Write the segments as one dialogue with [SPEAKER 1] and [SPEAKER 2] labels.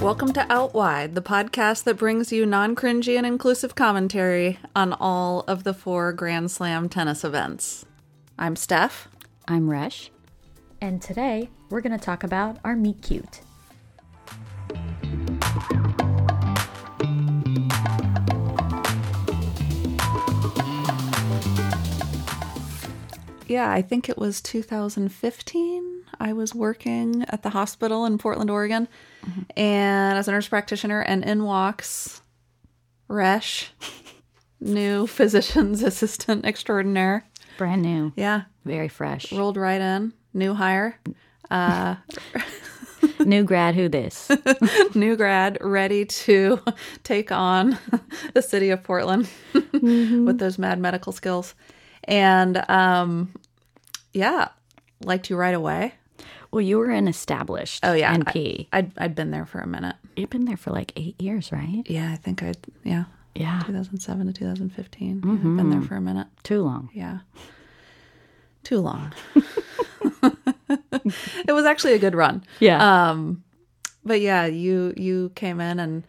[SPEAKER 1] Welcome to Out Wide, the podcast that brings you non cringy and inclusive commentary on all of the four Grand Slam tennis events. I'm Steph.
[SPEAKER 2] I'm Resh, and today we're going to talk about our meet cute.
[SPEAKER 1] Yeah, I think it was 2015. I was working at the hospital in Portland, Oregon, and as a nurse practitioner, and in walks Resh, new physician's assistant extraordinaire.
[SPEAKER 2] Brand new,
[SPEAKER 1] Yeah,
[SPEAKER 2] very fresh.
[SPEAKER 1] rolled right in, new hire,
[SPEAKER 2] new grad, who this?
[SPEAKER 1] new grad, ready to take on the city of Portland with those mad medical skills. And um, yeah, liked you right away.
[SPEAKER 2] Well, you were an established
[SPEAKER 1] Oh, yeah.
[SPEAKER 2] NP.
[SPEAKER 1] I'd, I'd been there for a minute.
[SPEAKER 2] You've been there for like eight years, right?
[SPEAKER 1] Yeah, I think I, yeah,
[SPEAKER 2] Yeah,
[SPEAKER 1] 2007 to 2015. Yeah, I've been there for a minute.
[SPEAKER 2] too long.
[SPEAKER 1] Yeah. Mm-hmm. Too long. it was actually a good run.
[SPEAKER 2] Yeah,
[SPEAKER 1] Um but yeah, you you came in and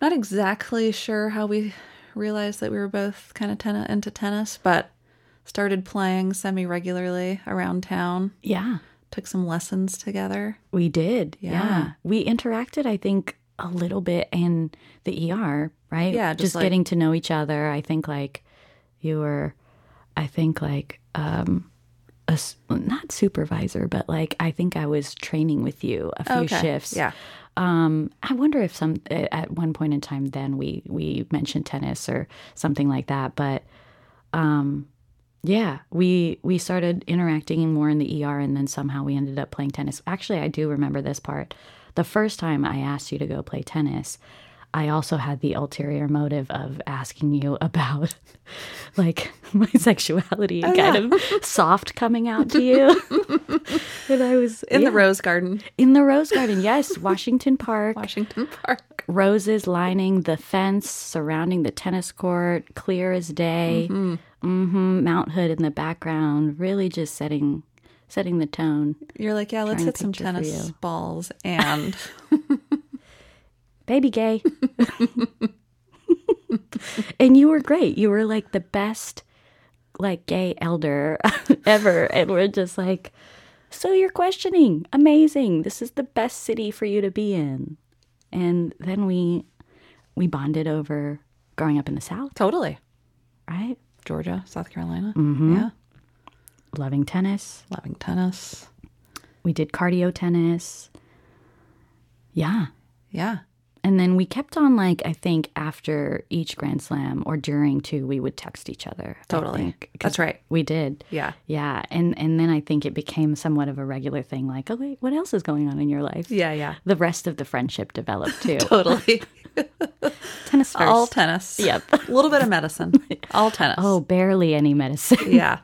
[SPEAKER 1] not exactly sure how we realized that we were both kind of ten- into tennis, but started playing semi regularly around town.
[SPEAKER 2] yeah,
[SPEAKER 1] Took some lessons together.
[SPEAKER 2] we did.
[SPEAKER 1] Yeah.
[SPEAKER 2] Yeah. we interacted. I think a little bit in the ER, right?
[SPEAKER 1] Yeah, just
[SPEAKER 2] just,
[SPEAKER 1] like-
[SPEAKER 2] getting to know each other. I think like you were, I think like um, a s- not supervisor, but like I think I was training with you a few shifts.
[SPEAKER 1] Yeah.
[SPEAKER 2] Um, I wonder if some uh, at one point in time then we we mentioned tennis or something like that, but um, yeah, we we started interacting more in the ER, and then somehow we ended up playing tennis. Actually, I do remember this part. The first time I asked you to go play tennis, I also had the ulterior motive of asking you about like my sexuality and kind of soft coming out to you. and I was
[SPEAKER 1] In
[SPEAKER 2] yeah.
[SPEAKER 1] the Rose Garden,
[SPEAKER 2] In the Rose Garden, yes, Washington Park.
[SPEAKER 1] Washington Park.
[SPEAKER 2] Roses lining the fence surrounding the tennis court, clear as day. Mm-hmm. Mount Hood in the background, really just setting setting the tone.
[SPEAKER 1] You're like, yeah, let's
[SPEAKER 2] Drawing a
[SPEAKER 1] hit some
[SPEAKER 2] picture for
[SPEAKER 1] tennis
[SPEAKER 2] you.
[SPEAKER 1] balls and
[SPEAKER 2] Baby gay. and you were great. You were like the best like gay elder ever and we're just like so you're questioning. Amazing. This is the best city for you to be in. And then we we bonded over growing up in the south,
[SPEAKER 1] totally.
[SPEAKER 2] right?
[SPEAKER 1] Georgia, South Carolina. Mm-hmm. Yeah.
[SPEAKER 2] loving tennis.
[SPEAKER 1] Loving tennis.
[SPEAKER 2] We did cardio tennis. Yeah.
[SPEAKER 1] Yeah.
[SPEAKER 2] And then we kept on like I think after each Grand Slam or during two, we would text each other. I
[SPEAKER 1] Totally.
[SPEAKER 2] think, 'cause
[SPEAKER 1] That's right.
[SPEAKER 2] We did.
[SPEAKER 1] Yeah.
[SPEAKER 2] Yeah. And and then I think it became somewhat of a regular thing, like, oh wait, what else is going on in your life?
[SPEAKER 1] Yeah, yeah.
[SPEAKER 2] The rest of the friendship developed too.
[SPEAKER 1] Totally.
[SPEAKER 2] tennis first.
[SPEAKER 1] All tennis.
[SPEAKER 2] Yep.
[SPEAKER 1] A little bit of medicine. All tennis.
[SPEAKER 2] oh, barely any medicine
[SPEAKER 1] Yeah.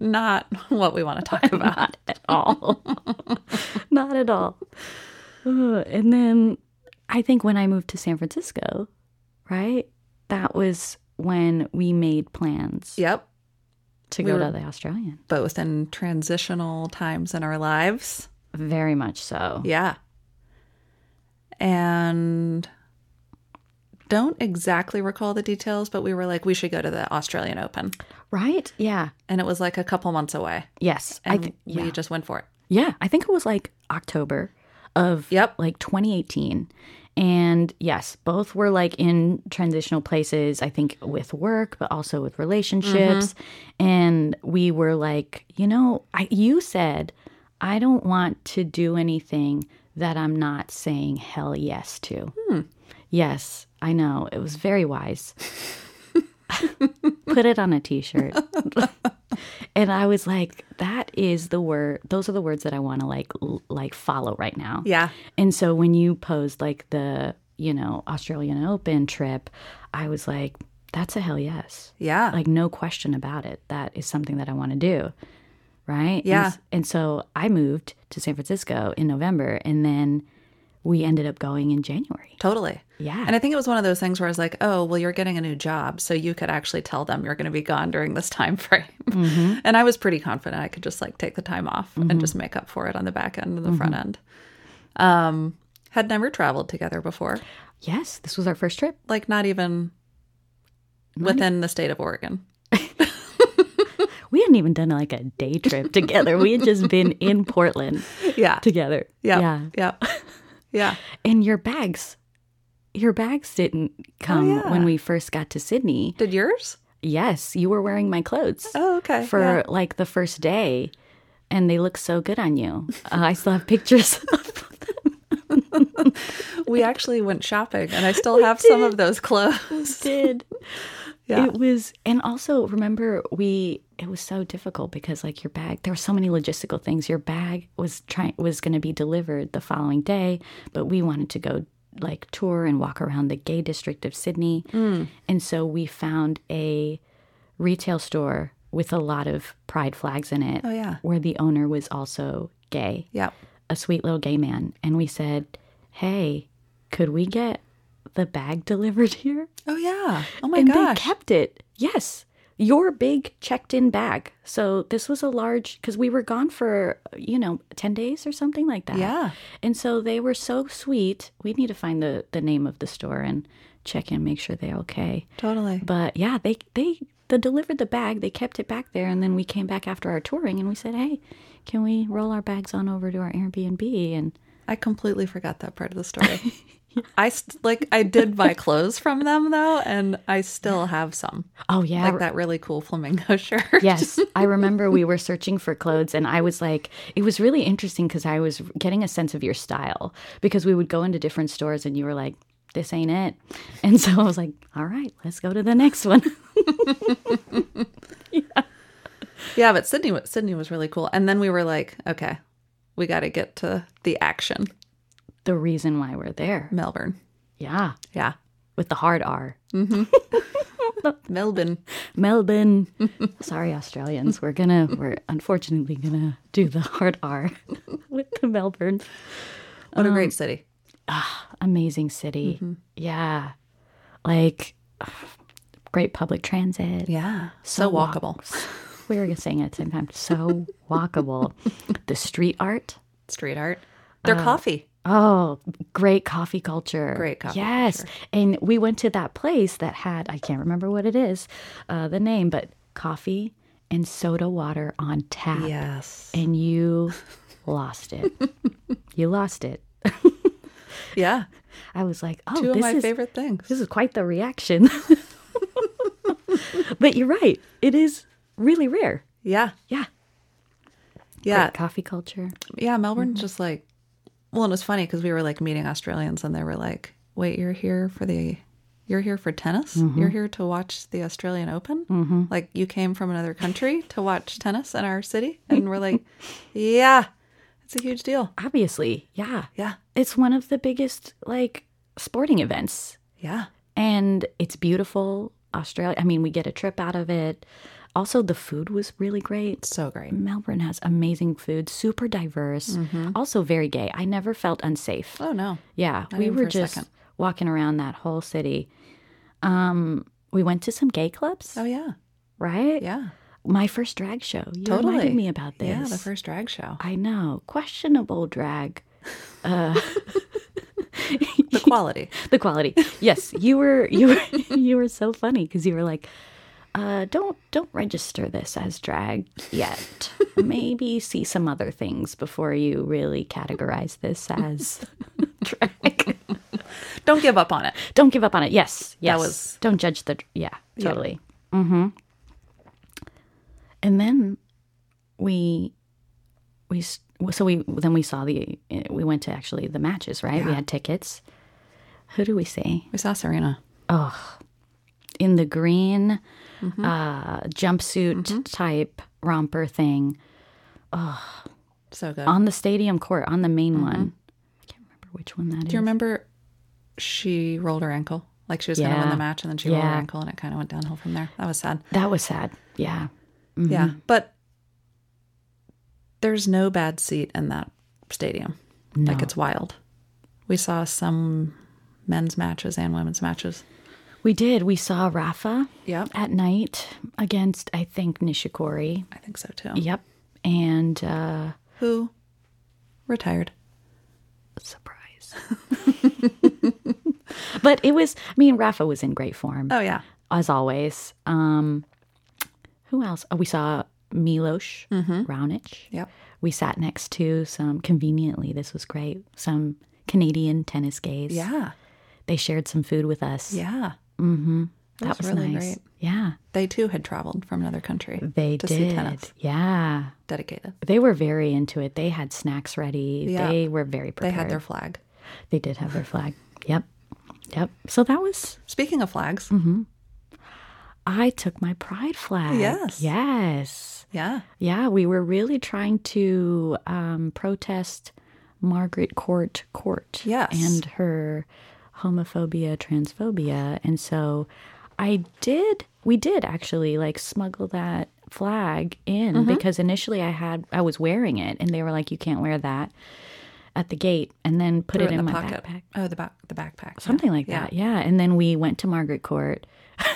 [SPEAKER 1] Not what we want to talk about.
[SPEAKER 2] Not at all. Not at all. Ugh, and then I think when I moved to San Francisco, right? That was when we made plans
[SPEAKER 1] Yep.
[SPEAKER 2] to
[SPEAKER 1] we
[SPEAKER 2] go
[SPEAKER 1] were-
[SPEAKER 2] to the Australian.
[SPEAKER 1] Both in transitional times in our lives.
[SPEAKER 2] Very much so.
[SPEAKER 1] Yeah. And don't exactly recall the details, but we were like, we should go to the Australian Open.
[SPEAKER 2] Right? Yeah.
[SPEAKER 1] And it was like a couple months away.
[SPEAKER 2] Yes. I
[SPEAKER 1] And
[SPEAKER 2] th-
[SPEAKER 1] we
[SPEAKER 2] yeah.
[SPEAKER 1] just went for it.
[SPEAKER 2] yeah. I think it was like October of
[SPEAKER 1] Yep.
[SPEAKER 2] like 2018. And yes, both were like in transitional places, I think with work, but also with relationships. And we were like, you know, I, you said, I don't want to do anything that I'm not saying hell yes to. Yes, I know. It was very wise. Put it on a t shirt. and I was like, that is the word, those are the words that I want to like, l- like follow right now.
[SPEAKER 1] Yeah.
[SPEAKER 2] And so when you posed like the, you know, Australian Open trip, I was like, that's a hell yes.
[SPEAKER 1] Yeah.
[SPEAKER 2] Like, no question about it. That is something that I want to do. Right. And
[SPEAKER 1] Yeah.
[SPEAKER 2] s- And, so I moved to San Francisco in November and then we ended up going in January.
[SPEAKER 1] totally.
[SPEAKER 2] Yeah.
[SPEAKER 1] And I think it was one of those things where I was like, "Oh, well, you're getting a new job, so you could actually tell them you're going to be gone during this time frame."
[SPEAKER 2] Mm-hmm.
[SPEAKER 1] and I was pretty confident I Mm-hmm. could just like take the time off and just make up for it on the back end and the front end. Um, had never traveled together before.
[SPEAKER 2] Yes, this was our first trip.
[SPEAKER 1] Like not even within the state of Oregon.
[SPEAKER 2] We hadn't even done like a day trip together. we had just been in Portland
[SPEAKER 1] Yeah.
[SPEAKER 2] together.
[SPEAKER 1] Yeah.
[SPEAKER 2] Yeah.
[SPEAKER 1] Yeah. Yeah.
[SPEAKER 2] And your bags, your bags didn't come
[SPEAKER 1] Oh, yeah.
[SPEAKER 2] when we first got to Sydney.
[SPEAKER 1] Did yours?
[SPEAKER 2] Yes, you were wearing my clothes
[SPEAKER 1] Oh, okay.
[SPEAKER 2] for
[SPEAKER 1] yeah.
[SPEAKER 2] like the first day, and they look so good on you. Uh, I still have pictures.
[SPEAKER 1] we actually went shopping and I still have some of those clothes.
[SPEAKER 2] did.
[SPEAKER 1] Yeah.
[SPEAKER 2] It was, and also remember, we it was so difficult because like your bag, there were so many logistical things. Your bag was trying was going to be delivered the following day, but we wanted to go like tour and walk around the gay district of Sydney,
[SPEAKER 1] Mm.
[SPEAKER 2] and so we found a retail store with a lot of pride flags in it,
[SPEAKER 1] Oh yeah.
[SPEAKER 2] where the owner was also gay
[SPEAKER 1] Yeah.
[SPEAKER 2] a sweet little gay man and we said, "Hey, could we get the bag delivered here?"
[SPEAKER 1] Oh yeah. Oh my
[SPEAKER 2] and
[SPEAKER 1] gosh.
[SPEAKER 2] they kept it. Yes. Your big checked-in bag. So this was a large cuz we were gone for, you know, 10 days or something like that.
[SPEAKER 1] yeah.
[SPEAKER 2] And so they were so sweet. We need to find the the name of the store and check in, make sure they're okay.
[SPEAKER 1] Totally.
[SPEAKER 2] But yeah, they they they delivered the bag. They kept it back there, and then we came back after our touring, and we said, "Hey, can we roll our bags on over to our Airbnb?" And
[SPEAKER 1] I completely forgot that part of the story. I st- like I did buy clothes from them though, and I still have some,
[SPEAKER 2] oh yeah,
[SPEAKER 1] like that really cool flamingo shirt.
[SPEAKER 2] yes, I remember we were searching for clothes, and I was like, it was really interesting because I was getting a sense of your style because we would go into different stores, and you were like, "This ain't it," and so I was like, "All right, let's go to the next one."
[SPEAKER 1] Yeah, but Sydney, wa- Sydney was really cool, and then we were like, okay, we got to get to the action,
[SPEAKER 2] the reason why we're there,
[SPEAKER 1] Melbourne.
[SPEAKER 2] yeah,
[SPEAKER 1] Yeah,
[SPEAKER 2] with the hard R.
[SPEAKER 1] Melbourne.
[SPEAKER 2] Melbourne. Sorry, Australians. We're gonna we're unfortunately gonna do the hard R with the Melbourne.
[SPEAKER 1] What a great city.
[SPEAKER 2] Amazing city. Yeah. Like great public transit.
[SPEAKER 1] Yeah, so,
[SPEAKER 2] walk-
[SPEAKER 1] walkable.
[SPEAKER 2] We were saying it at the same time. So walkable. the street art.
[SPEAKER 1] Street art. Their coffee.
[SPEAKER 2] Oh, great coffee culture.
[SPEAKER 1] Great coffee
[SPEAKER 2] Yes. And we went to that place that had, I can't remember what it is, uh, the name, but coffee and soda water on tap.
[SPEAKER 1] Yes.
[SPEAKER 2] and you lost it. you lost it.
[SPEAKER 1] Yeah.
[SPEAKER 2] I was like, oh,
[SPEAKER 1] Two of
[SPEAKER 2] this
[SPEAKER 1] my
[SPEAKER 2] is
[SPEAKER 1] favorite things.
[SPEAKER 2] this is quite the reaction. but you're right. It is really rare.
[SPEAKER 1] Yeah.
[SPEAKER 2] Yeah.
[SPEAKER 1] Yeah.
[SPEAKER 2] Great coffee culture.
[SPEAKER 1] Yeah, Melbourne's just like, well, and it was funny because we were like meeting Australians, and they were like, "Wait, you're here for the, you're here for tennis? You're here to watch the Australian Open? Mm-hmm. Like you came from another country to watch tennis in our city?" And we're like, "Yeah, it's a huge deal.
[SPEAKER 2] Obviously. Yeah.
[SPEAKER 1] Yeah,
[SPEAKER 2] It's one of the biggest like sporting events.
[SPEAKER 1] yeah,
[SPEAKER 2] And it's beautiful. Australia. I mean, we get a trip out of it. Also, the food was really great.
[SPEAKER 1] so great.
[SPEAKER 2] Melbourne has amazing food, super diverse, also very gay. I never felt unsafe.
[SPEAKER 1] Mm-hmm. Oh no,
[SPEAKER 2] Yeah, we
[SPEAKER 1] even
[SPEAKER 2] were
[SPEAKER 1] for a
[SPEAKER 2] just
[SPEAKER 1] second.
[SPEAKER 2] walking around that whole city. Um, we went to some gay clubs,
[SPEAKER 1] oh yeah,
[SPEAKER 2] right?
[SPEAKER 1] yeah,
[SPEAKER 2] My first drag show. You
[SPEAKER 1] totally.
[SPEAKER 2] reminded me about this.
[SPEAKER 1] Yeah, the first drag show,
[SPEAKER 2] I know, questionable drag. Uh,
[SPEAKER 1] the quality.
[SPEAKER 2] the quality. Yes, you were you were you were so funny because you were like, uh, don't don't register this as drag yet. Maybe see some other things before you really categorize this as drag.
[SPEAKER 1] Don't give up on it.
[SPEAKER 2] don't give up on it. Yes, yes.
[SPEAKER 1] was-
[SPEAKER 2] don't judge the yeah, totally. Mm-hmm. And then we we s- so we then we saw the we went to actually the matches right. We had tickets. Who do we see?
[SPEAKER 1] We saw Serena.
[SPEAKER 2] in the green
[SPEAKER 1] Mm-hmm.
[SPEAKER 2] uh, jumpsuit type romper thing
[SPEAKER 1] So good.
[SPEAKER 2] on the stadium court on the main one. I can't remember which one that is.
[SPEAKER 1] Mm-hmm. Do you remember she rolled her ankle? Like she was going to win
[SPEAKER 2] Yeah.
[SPEAKER 1] the match and then she rolled her
[SPEAKER 2] Yeah.
[SPEAKER 1] ankle and it kind of went downhill from there. That was sad.
[SPEAKER 2] that was sad. Yeah, Mm-hmm.
[SPEAKER 1] Yeah. But there's no bad seat in that stadium. Like it's wild. We saw some men's matches and women's matches.
[SPEAKER 2] we did. We saw Rafa
[SPEAKER 1] Yeah.
[SPEAKER 2] at night against I think Nishikori.
[SPEAKER 1] I think so too.
[SPEAKER 2] Yep, and uh,
[SPEAKER 1] Who retired.
[SPEAKER 2] surprise. years. but it was, I mean, Rafa was in great form,
[SPEAKER 1] Oh yeah.
[SPEAKER 2] as always. Um, who else? Oh, we saw Milos
[SPEAKER 1] Mm-hmm.
[SPEAKER 2] Raonic.
[SPEAKER 1] Yep.
[SPEAKER 2] We sat next to some, conveniently, this was great, some Canadian tennis gays.
[SPEAKER 1] Yeah.
[SPEAKER 2] They shared some food with us.
[SPEAKER 1] Yeah.
[SPEAKER 2] Mm-hmm.
[SPEAKER 1] That
[SPEAKER 2] That was,
[SPEAKER 1] was really
[SPEAKER 2] nice.
[SPEAKER 1] great.
[SPEAKER 2] Yeah.
[SPEAKER 1] They too had traveled from another country.
[SPEAKER 2] They
[SPEAKER 1] to
[SPEAKER 2] did.
[SPEAKER 1] see tennis.
[SPEAKER 2] Yeah.
[SPEAKER 1] Dedicated.
[SPEAKER 2] They were very into it. They had snacks ready.
[SPEAKER 1] Yeah.
[SPEAKER 2] They were very
[SPEAKER 1] They
[SPEAKER 2] prepared.
[SPEAKER 1] had their flag.
[SPEAKER 2] They did have their flag. Yep. Yep. So that was
[SPEAKER 1] Speaking of flags,
[SPEAKER 2] Mm-hmm. I took my pride flag.
[SPEAKER 1] Yes.
[SPEAKER 2] Yes.
[SPEAKER 1] yeah.
[SPEAKER 2] Yeah, we were really trying to um, protest Margaret Court Court
[SPEAKER 1] Yes.
[SPEAKER 2] and her homophobia, transphobia. And so I did, we did actually like smuggle that flag in
[SPEAKER 1] Mm-hmm.
[SPEAKER 2] because initially I had, I was wearing it and they were like, you can't wear that at the gate and then put
[SPEAKER 1] Threw
[SPEAKER 2] it in,
[SPEAKER 1] the
[SPEAKER 2] my
[SPEAKER 1] pocket.
[SPEAKER 2] backpack.
[SPEAKER 1] Oh, the back the backpack.
[SPEAKER 2] Something like
[SPEAKER 1] Yeah.
[SPEAKER 2] that. Yeah. And then we went to Margaret Court.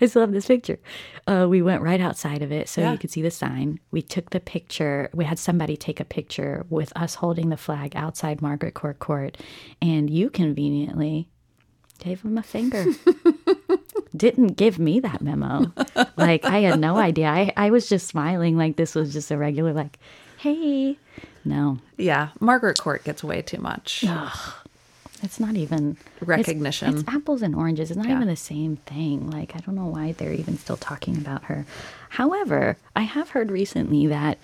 [SPEAKER 2] I still have this picture. Uh, we went right outside of it so
[SPEAKER 1] Yeah.
[SPEAKER 2] you could see the sign. We took the picture. We had somebody take a picture with us holding the flag outside Margaret Court Court. And you conveniently gave him a finger. Didn't give me that memo. Like, I had no idea. I, I was just smiling like this was just a regular, like, hey. No,
[SPEAKER 1] Yeah. Margaret Court gets way too much
[SPEAKER 2] it's not even.
[SPEAKER 1] recognition.
[SPEAKER 2] It's apples and oranges. It's not even the same thing. Like, I don't know why they're even still talking about her. However, I have heard recently that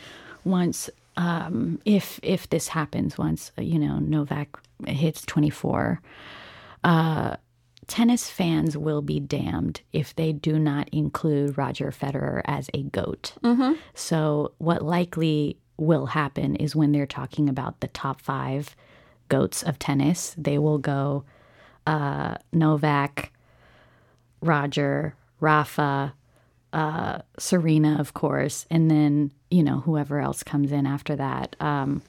[SPEAKER 2] once, um, if if this happens, once uh, you know Novak hits twenty four, uh, tennis fans will be damned if they do not include Roger Federer as a goat. So, what likely will happen is when they're talking about the top five goats of tennis, they will go uh, Novak, Roger, Rafa, uh, Serena, of course, and then you know whoever else comes in after that. Um,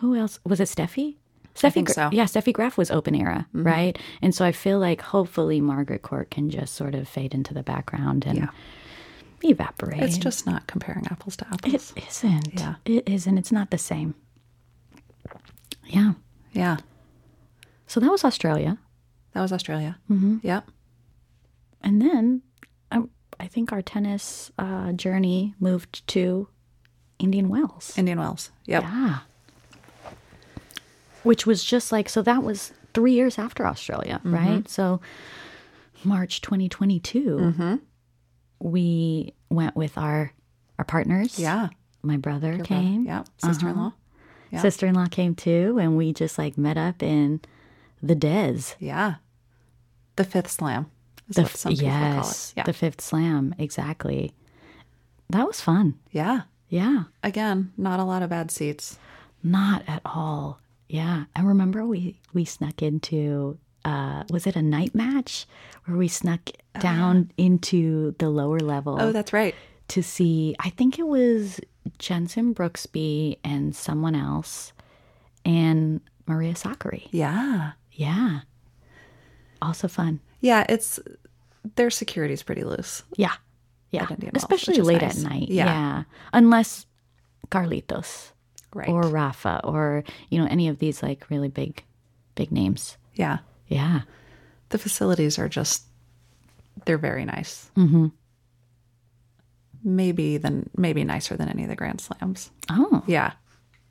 [SPEAKER 2] who else was it? Steffi. Steffi,
[SPEAKER 1] think
[SPEAKER 2] Gra-
[SPEAKER 1] so. Mm-hmm.
[SPEAKER 2] yeah, Steffi Graf was open era, right? And so I feel like hopefully Margaret Court can just sort of fade into the background and evaporate.
[SPEAKER 1] It's just not comparing apples to apples.
[SPEAKER 2] It isn't.
[SPEAKER 1] Yeah.
[SPEAKER 2] It isn't. It's not the same. Yeah.
[SPEAKER 1] yeah.
[SPEAKER 2] So that was Australia.
[SPEAKER 1] That was Australia. Mm-hmm. Yep.
[SPEAKER 2] And then I, I think our tennis uh, journey moved to Indian Wells.
[SPEAKER 1] Indian Wells. Yep.
[SPEAKER 2] Yeah. Which was just like, so that was three years after Australia,
[SPEAKER 1] Mm-hmm.
[SPEAKER 2] right? So March 2022,
[SPEAKER 1] Mm-hmm.
[SPEAKER 2] we went with our our partners.
[SPEAKER 1] Yeah.
[SPEAKER 2] My brother came.
[SPEAKER 1] Yep. Sister in law.
[SPEAKER 2] Uh-huh.
[SPEAKER 1] Yeah.
[SPEAKER 2] Sister in law came too, and we just like met up in the Des.
[SPEAKER 1] Yeah. The fifth slam is
[SPEAKER 2] The
[SPEAKER 1] what
[SPEAKER 2] f-
[SPEAKER 1] some people call it.
[SPEAKER 2] yes,
[SPEAKER 1] Yeah.
[SPEAKER 2] the fifth slam, exactly. That was fun.
[SPEAKER 1] yeah.
[SPEAKER 2] Yeah,
[SPEAKER 1] Again, not a lot of bad seats.
[SPEAKER 2] not at all. Yeah, I remember we we snuck into uh was it a night match where we snuck down into the lower level
[SPEAKER 1] Oh, that's right.
[SPEAKER 2] to see I think it was Jensen Brooksby and someone else and Maria Sakkari.
[SPEAKER 1] Yeah.
[SPEAKER 2] Yeah. Also fun.
[SPEAKER 1] Yeah. It's their security's pretty loose.
[SPEAKER 2] Yeah. Yeah.
[SPEAKER 1] Indian Wells,
[SPEAKER 2] Especially
[SPEAKER 1] which is
[SPEAKER 2] late
[SPEAKER 1] nice.
[SPEAKER 2] at night.
[SPEAKER 1] Yeah.
[SPEAKER 2] Yeah. Unless Carlitos
[SPEAKER 1] Right.
[SPEAKER 2] or Rafa or, you know, any of these like really big, big names.
[SPEAKER 1] yeah.
[SPEAKER 2] Yeah.
[SPEAKER 1] The facilities are just, they're very nice.
[SPEAKER 2] Mhm.
[SPEAKER 1] Maybe than maybe nicer than any of the Grand Slams.
[SPEAKER 2] Oh.
[SPEAKER 1] Yeah.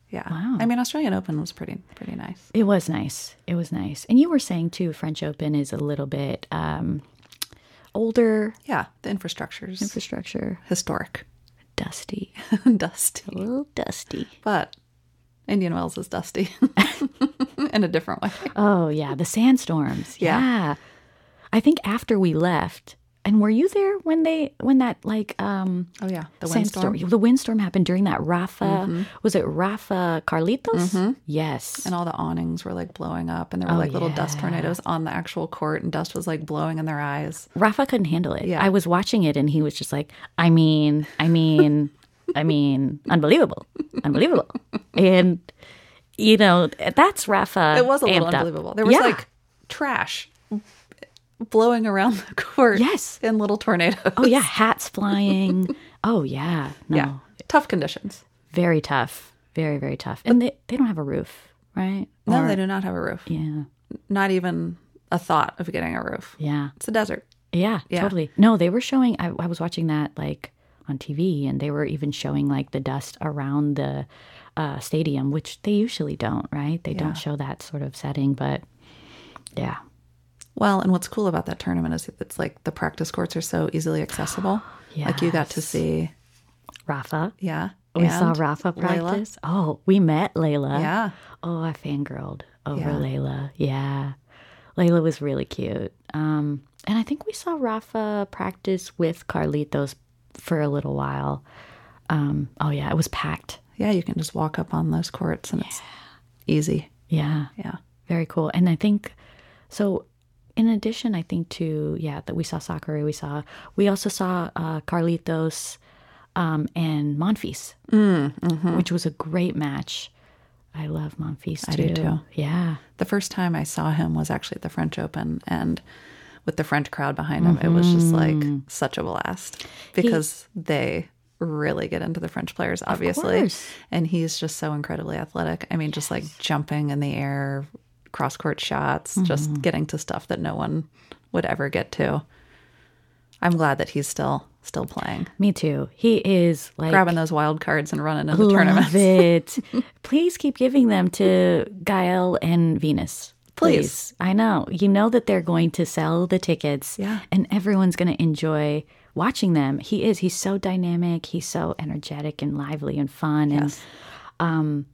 [SPEAKER 1] Yeah.
[SPEAKER 2] Wow.
[SPEAKER 1] I mean, Australian Open was pretty pretty nice.
[SPEAKER 2] It was nice. It was nice. And you were saying too, French Open is a little bit um, older
[SPEAKER 1] Yeah. The infrastructure's
[SPEAKER 2] infrastructure,
[SPEAKER 1] historic,
[SPEAKER 2] dusty, a
[SPEAKER 1] dusty,
[SPEAKER 2] little dusty.
[SPEAKER 1] but Indian Wells is dusty in a different way.
[SPEAKER 2] Oh, yeah. The sandstorms.
[SPEAKER 1] Yeah.
[SPEAKER 2] Yeah. I think after we left, and were you there when they, when that like, um,
[SPEAKER 1] Oh yeah, the
[SPEAKER 2] Sandstorm.
[SPEAKER 1] windstorm
[SPEAKER 2] The windstorm Mm-hmm. happened during that Rafa. Was it Rafa Carlitos? Yes.
[SPEAKER 1] and all the awnings were like blowing up, and there were like little dust tornadoes on the actual court, and dust was like blowing in their eyes.
[SPEAKER 2] Rafa couldn't handle it.
[SPEAKER 1] Yeah.
[SPEAKER 2] I was watching it and he was just like, I mean, I mean, I mean, unbelievable, unbelievable. And, you know, that's Rafa.
[SPEAKER 1] It was a little
[SPEAKER 2] amped up.
[SPEAKER 1] unbelievable. There was
[SPEAKER 2] Yeah.
[SPEAKER 1] like trash blowing around the court.
[SPEAKER 2] Yes.
[SPEAKER 1] in little tornadoes.
[SPEAKER 2] oh, yeah, hats flying. oh, yeah. No,
[SPEAKER 1] yeah, tough conditions.
[SPEAKER 2] very tough. Very, very tough. And they, they don't have a roof. right?
[SPEAKER 1] No,
[SPEAKER 2] Or-
[SPEAKER 1] they do not have a roof.
[SPEAKER 2] Yeah.
[SPEAKER 1] Not even a thought of getting a roof.
[SPEAKER 2] Yeah.
[SPEAKER 1] It's a desert.
[SPEAKER 2] Yeah,
[SPEAKER 1] Yeah.
[SPEAKER 2] totally. No, they were showing. I, I was watching that like on TV, and they were even showing like the dust around the uh, stadium, which they usually don't, right? They
[SPEAKER 1] Yeah.
[SPEAKER 2] don't show that sort of setting, but yeah,
[SPEAKER 1] Well, and what's cool about that tournament is it's like the practice courts are so easily accessible. Like you got to see,
[SPEAKER 2] Rafa.
[SPEAKER 1] yeah.
[SPEAKER 2] We saw
[SPEAKER 1] and
[SPEAKER 2] Rafa
[SPEAKER 1] Layla.
[SPEAKER 2] practice. Oh, we met Layla.
[SPEAKER 1] Yeah.
[SPEAKER 2] Oh, I fangirled over
[SPEAKER 1] Yeah.
[SPEAKER 2] Layla. Yeah. Layla was really cute. Um, and I think we saw Rafa practice with Carlitos for a little while. Um, oh, yeah. It was packed.
[SPEAKER 1] Yeah. You can just walk up on those courts and it's easy.
[SPEAKER 2] Yeah.
[SPEAKER 1] Yeah.
[SPEAKER 2] Very cool. And I think so. In addition, I think to yeah that we saw Sakari, we saw we also saw uh, Carlitos um, and Monfils,
[SPEAKER 1] Mm,
[SPEAKER 2] which was a great match. I love Monfils too.
[SPEAKER 1] mm-hmm. I do too.
[SPEAKER 2] Yeah,
[SPEAKER 1] The first time I saw him was actually at the French Open and with the French crowd behind him, it was just
[SPEAKER 2] Mm-hmm.
[SPEAKER 1] like such a blast because they really get into the French players, obviously.
[SPEAKER 2] course.
[SPEAKER 1] And he's just so incredibly athletic. I mean, just like jumping in the air, cross court shots, just
[SPEAKER 2] Mm-hmm.
[SPEAKER 1] getting to stuff that no one would ever get to. I'm glad that he's still still playing,
[SPEAKER 2] me too. He is like
[SPEAKER 1] grabbing those wild cards and running into tournaments.
[SPEAKER 2] love it. Please keep giving them to Gael and Venus.
[SPEAKER 1] Please.
[SPEAKER 2] I know. You know that they're going to sell the tickets
[SPEAKER 1] Yeah.
[SPEAKER 2] and everyone's going to enjoy watching them. He is. He's so dynamic. He's so energetic and lively and fun.
[SPEAKER 1] Yes.
[SPEAKER 2] And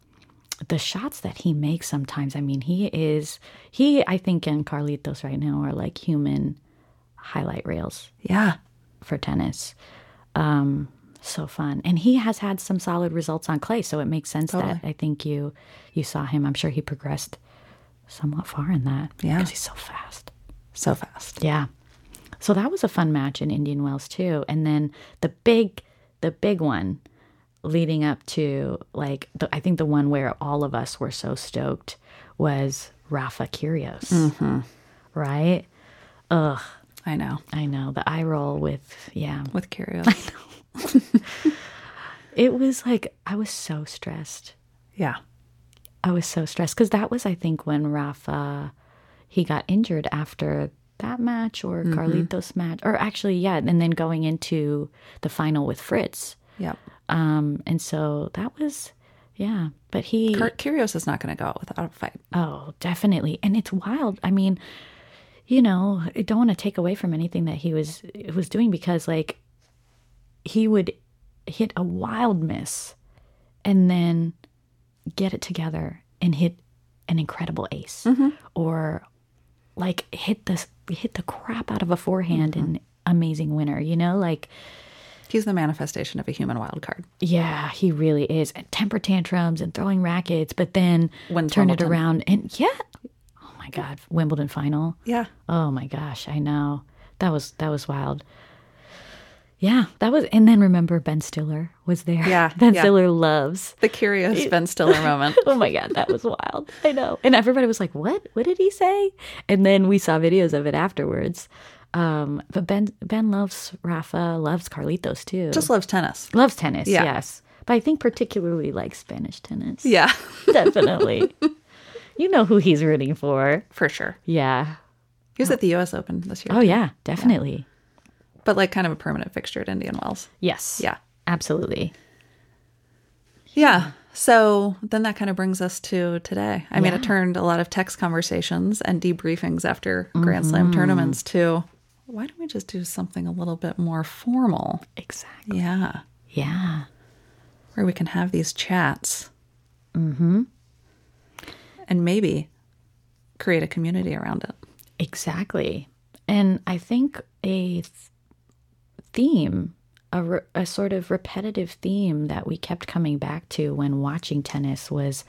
[SPEAKER 2] the shots that he makes sometimes, I mean, he is, he, I think, and Carlitos right now are like human highlight reels
[SPEAKER 1] Yeah.
[SPEAKER 2] for tennis. Um, so fun, and he has had some solid results on clay, so it makes sense that I think you you saw him. I'm sure he progressed somewhat far in that.
[SPEAKER 1] Yeah.
[SPEAKER 2] because he's so fast.
[SPEAKER 1] So fast.
[SPEAKER 2] Yeah, so that was a fun match in Indian Wells too, and then the big the big one leading up to like the, I think the one where all of us were so stoked was Rafa Kyrgios, right?
[SPEAKER 1] I know.
[SPEAKER 2] I know the eye roll with yeah
[SPEAKER 1] With Curios.
[SPEAKER 2] It was like I was so stressed.
[SPEAKER 1] Yeah.
[SPEAKER 2] I was so stressed because that was, I think, when Rafa he got injured after that match or Carlitos match, or actually, yeah, and then going into the final with Fritz.
[SPEAKER 1] Yep.
[SPEAKER 2] Um, and so that was, yeah, but he,
[SPEAKER 1] Kurt Curios is not going to go out without a fight.
[SPEAKER 2] oh, definitely, and it's wild. I mean, you know, I don't want to take away from anything that he was was doing because, like, he would hit a wild miss and then get it together and hit an incredible ace or like hit the hit the crap out of a forehand and amazing winner you know like
[SPEAKER 1] He's the manifestation of a human wild card.
[SPEAKER 2] yeah he really is and temper tantrums and throwing rackets but then
[SPEAKER 1] Wins
[SPEAKER 2] turn it
[SPEAKER 1] Wimbledon.
[SPEAKER 2] around and yeah oh my god wimbledon final
[SPEAKER 1] Yeah.
[SPEAKER 2] Oh my gosh, I know. That was that was wild. Yeah, that was and then remember Ben Stiller was there.
[SPEAKER 1] Yeah,
[SPEAKER 2] Ben
[SPEAKER 1] yeah.
[SPEAKER 2] Stiller loves.
[SPEAKER 1] The curious Ben Stiller moment.
[SPEAKER 2] Oh my god, that was wild. I know. And everybody was like, "What? What did he say?" And then we saw videos of it afterwards. Um, but Ben Ben loves Rafa, loves Carlitos too.
[SPEAKER 1] Just loves tennis.
[SPEAKER 2] loves tennis,
[SPEAKER 1] Yeah.
[SPEAKER 2] yes. But I think particularly like Spanish tennis.
[SPEAKER 1] Yeah,
[SPEAKER 2] Definitely. you know who he's rooting for.
[SPEAKER 1] for sure.
[SPEAKER 2] Yeah.
[SPEAKER 1] He was at the U.S. Open this year,
[SPEAKER 2] Oh yeah, definitely.
[SPEAKER 1] but like kind of a permanent fixture at Indian Wells.
[SPEAKER 2] Yes.
[SPEAKER 1] Yeah.
[SPEAKER 2] Absolutely.
[SPEAKER 1] Yeah. So then that kind of brings us to today. I mean, it turned a lot of text conversations and debriefings after Grand Slam tournaments to why don't we just do something a little bit more formal?
[SPEAKER 2] Exactly.
[SPEAKER 1] Yeah.
[SPEAKER 2] Yeah.
[SPEAKER 1] Where we can have these chats. Mm-hmm. And maybe create a community around it.
[SPEAKER 2] Exactly. And I think a th- theme, a, re- a sort of repetitive theme that we kept coming back to when watching tennis was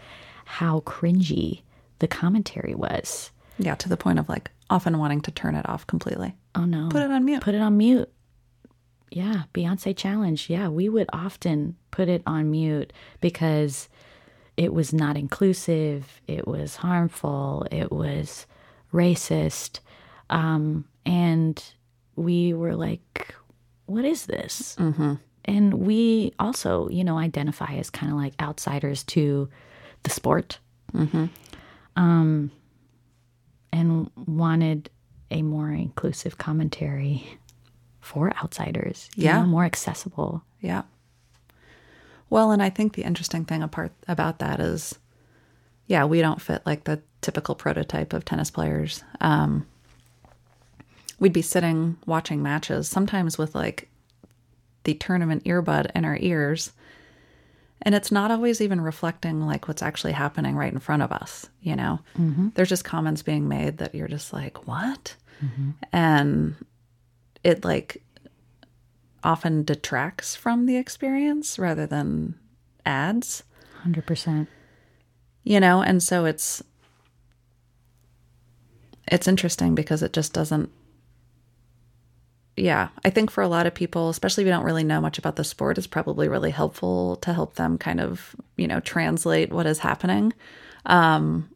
[SPEAKER 2] how cringy the commentary was.
[SPEAKER 1] Yeah, to the point of like often wanting to turn it off completely.
[SPEAKER 2] Oh no.
[SPEAKER 1] Put it on mute.
[SPEAKER 2] Put it on mute. Yeah, Beyonce challenge. Yeah, we would often put it on mute because it was not inclusive, it was harmful, it was racist. Um, and we were like, what is this? And we also, you know, identify as kind of like outsiders to the sport. um, and wanted a more inclusive commentary for outsiders. you
[SPEAKER 1] Yeah.
[SPEAKER 2] know, more accessible.
[SPEAKER 1] Yeah. Well, and I think the interesting thing apart about that is, yeah, we don't fit like the typical prototype of tennis players. Um, we'd be sitting watching matches, sometimes with like the tournament earbud in our ears. And it's not always even reflecting like what's actually happening right in front of us, you know? There's just comments being made that you're just like, what? And it like often detracts from the experience rather than adds,
[SPEAKER 2] Hundred percent.
[SPEAKER 1] you know, and so it's it's interesting because it just doesn't yeah, I think for a lot of people, especially if you don't really know much about the sport, it's probably really helpful to help them kind of, you know, translate what is happening. Um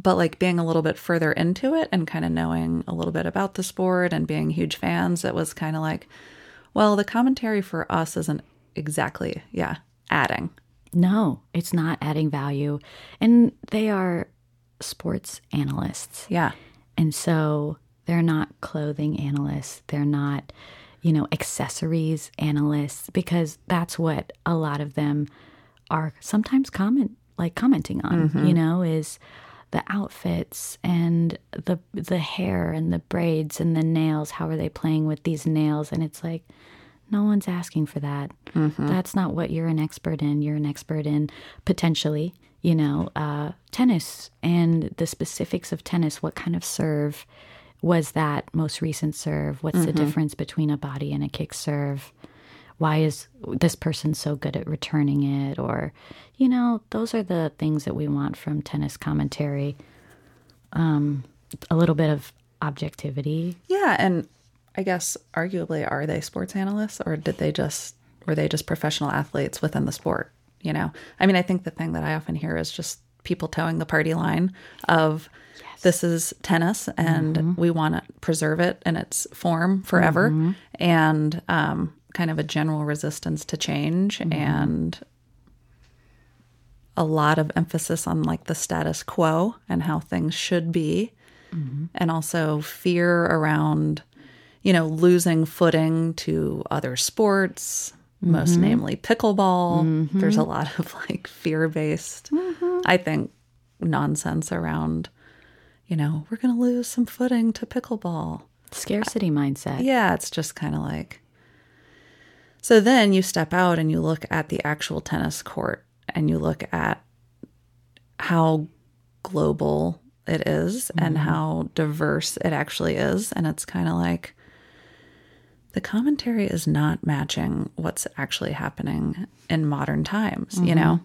[SPEAKER 1] but like being a little bit further into it and kind of knowing a little bit about the sport and being huge fans, it was kind of like, well, the commentary for us isn't exactly, yeah, adding.
[SPEAKER 2] No, it's not adding value, and they are sports analysts.
[SPEAKER 1] Yeah.
[SPEAKER 2] And so they're not clothing analysts. They're not, you know, accessories analysts because that's what a lot of them are sometimes comment like commenting on, you know, is the outfits and the the hair and the braids and the nails. How are they playing with these nails? And it's like no one's asking for that. That's not what you're an expert in. You're an expert in potentially, you know, uh, tennis and the specifics of tennis. What kind of serve was that most recent serve? What's the difference between a body and a kick serve? Why is this person so good at returning it? Or, you know, those are the things that we want from tennis commentary. Um, a little bit of objectivity.
[SPEAKER 1] Yeah, and I guess arguably are they sports analysts or did they just were they just professional athletes within the sport, you know? I mean, I think the thing that I often hear is just people towing the party line of this is tennis and we want to preserve it in its form forever and um kind of a general resistance to change and a lot of emphasis on like the status quo and how things should be and also fear around you know losing footing to other sports most namely pickleball there's a lot of like fear-based i think nonsense around you know we're going to lose some footing to pickleball
[SPEAKER 2] Scarcity mindset.
[SPEAKER 1] yeah, it's just kind of like. So then you step out and you look at the actual tennis court and you look at how global it is and
[SPEAKER 2] Mm-hmm.
[SPEAKER 1] how diverse it actually is. And it's kind of like the commentary is not matching what's actually happening in modern times,
[SPEAKER 2] Mm-hmm.
[SPEAKER 1] you know?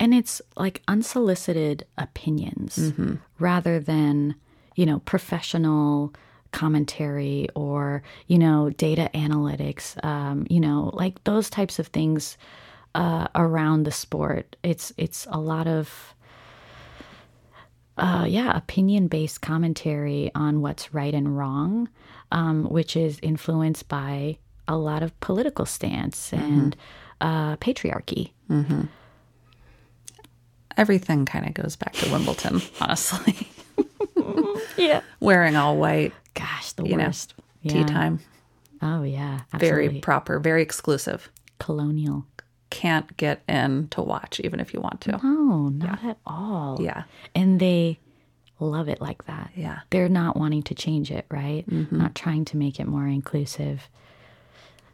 [SPEAKER 2] and it's like unsolicited opinions rather than you know professional commentary or you know data analytics um, you know like those types of things uh, around the sport it's it's a lot of uh, yeah, opinion based commentary on what's right and wrong, um, which is influenced by a lot of political stance and uh, patriarchy.
[SPEAKER 1] Everything kind of goes back to Wimbledon, honestly.
[SPEAKER 2] Yeah.
[SPEAKER 1] Wearing all white,
[SPEAKER 2] Gosh, the
[SPEAKER 1] you know,
[SPEAKER 2] worst. Yeah.
[SPEAKER 1] tea time.
[SPEAKER 2] Oh yeah, absolutely.
[SPEAKER 1] Very proper, very exclusive.
[SPEAKER 2] colonial.
[SPEAKER 1] can't get in to watch, even if you want to.
[SPEAKER 2] No, Oh, not at all.
[SPEAKER 1] Mm-hmm. Yeah.
[SPEAKER 2] and they love it like that.
[SPEAKER 1] Yeah.
[SPEAKER 2] they're not wanting to change it, right?
[SPEAKER 1] Mm-hmm.
[SPEAKER 2] Not trying to make it more inclusive.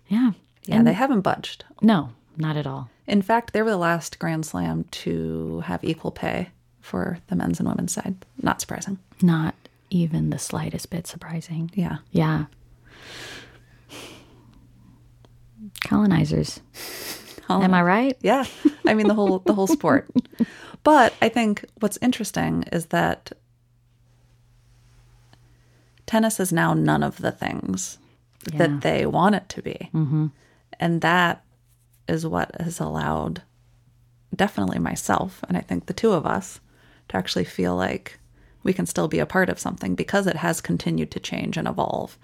[SPEAKER 2] Yeah,
[SPEAKER 1] Yeah, they haven't budged.
[SPEAKER 2] no, not at all.
[SPEAKER 1] In fact, they were the last Grand Slam to have equal pay for the men's and women's side. Not surprising.
[SPEAKER 2] Not even the slightest bit surprising.
[SPEAKER 1] Yeah.
[SPEAKER 2] Yeah, colonizers. Am I right?
[SPEAKER 1] Yeah. I mean the whole the whole sport. But I think what's interesting is that tennis is now none of the things
[SPEAKER 2] Yeah. Mm-hmm.
[SPEAKER 1] that they want it to be. And that is what has allowed definitely myself and I think the two of us to actually feel like we can still be a part of something because it has continued to change and evolve.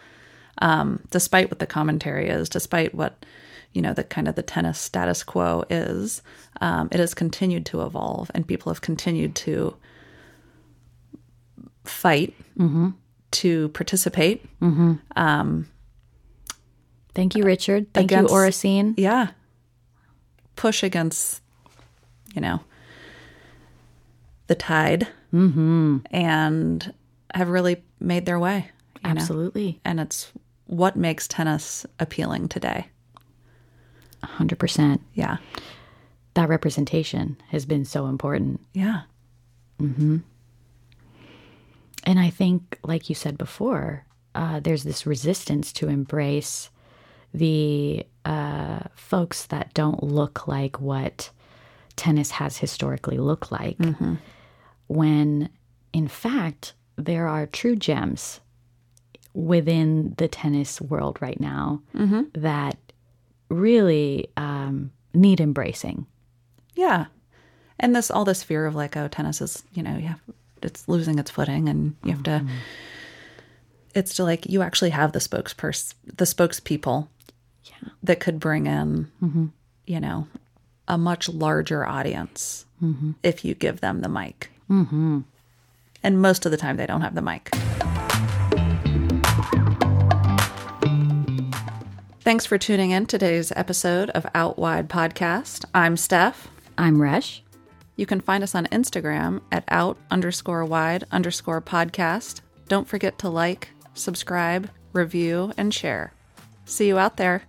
[SPEAKER 1] Um, despite what the commentary is, despite what you know the kind of the tennis status quo is, um, it has continued to evolve, and people have continued to fight to participate.
[SPEAKER 2] Thank you, Richard. Thank
[SPEAKER 1] Against-
[SPEAKER 2] you, Oracine.
[SPEAKER 1] Yeah. Push against, you know, the tide mm-hmm. and have really made their way. you know?
[SPEAKER 2] Absolutely.
[SPEAKER 1] And it's what makes tennis appealing today.
[SPEAKER 2] 100%.
[SPEAKER 1] Yeah.
[SPEAKER 2] That representation has been so important.
[SPEAKER 1] Yeah.
[SPEAKER 2] And I think, like you said before, uh, there's this resistance to embrace the uh, folks that don't look like what tennis has historically looked like. When, in fact, there are true gems within the tennis world right now that really um, need embracing.
[SPEAKER 1] Yeah. And this all this fear of like, oh, tennis is, you know, you have it's losing its footing and you have to it's to like you actually have the spokesperson the spokespeople
[SPEAKER 2] Yeah.
[SPEAKER 1] that could bring in you know a much larger audience if you give them the mic. Mm-hmm. And most of the time they don't have the mic. Thanks for tuning in today's episode of Out Wide Podcast. I'm Steph.
[SPEAKER 2] I'm Resh.
[SPEAKER 1] You can find us on Instagram at out underscore wide underscore podcast. Don't forget to like, subscribe, review, and share. See you out there.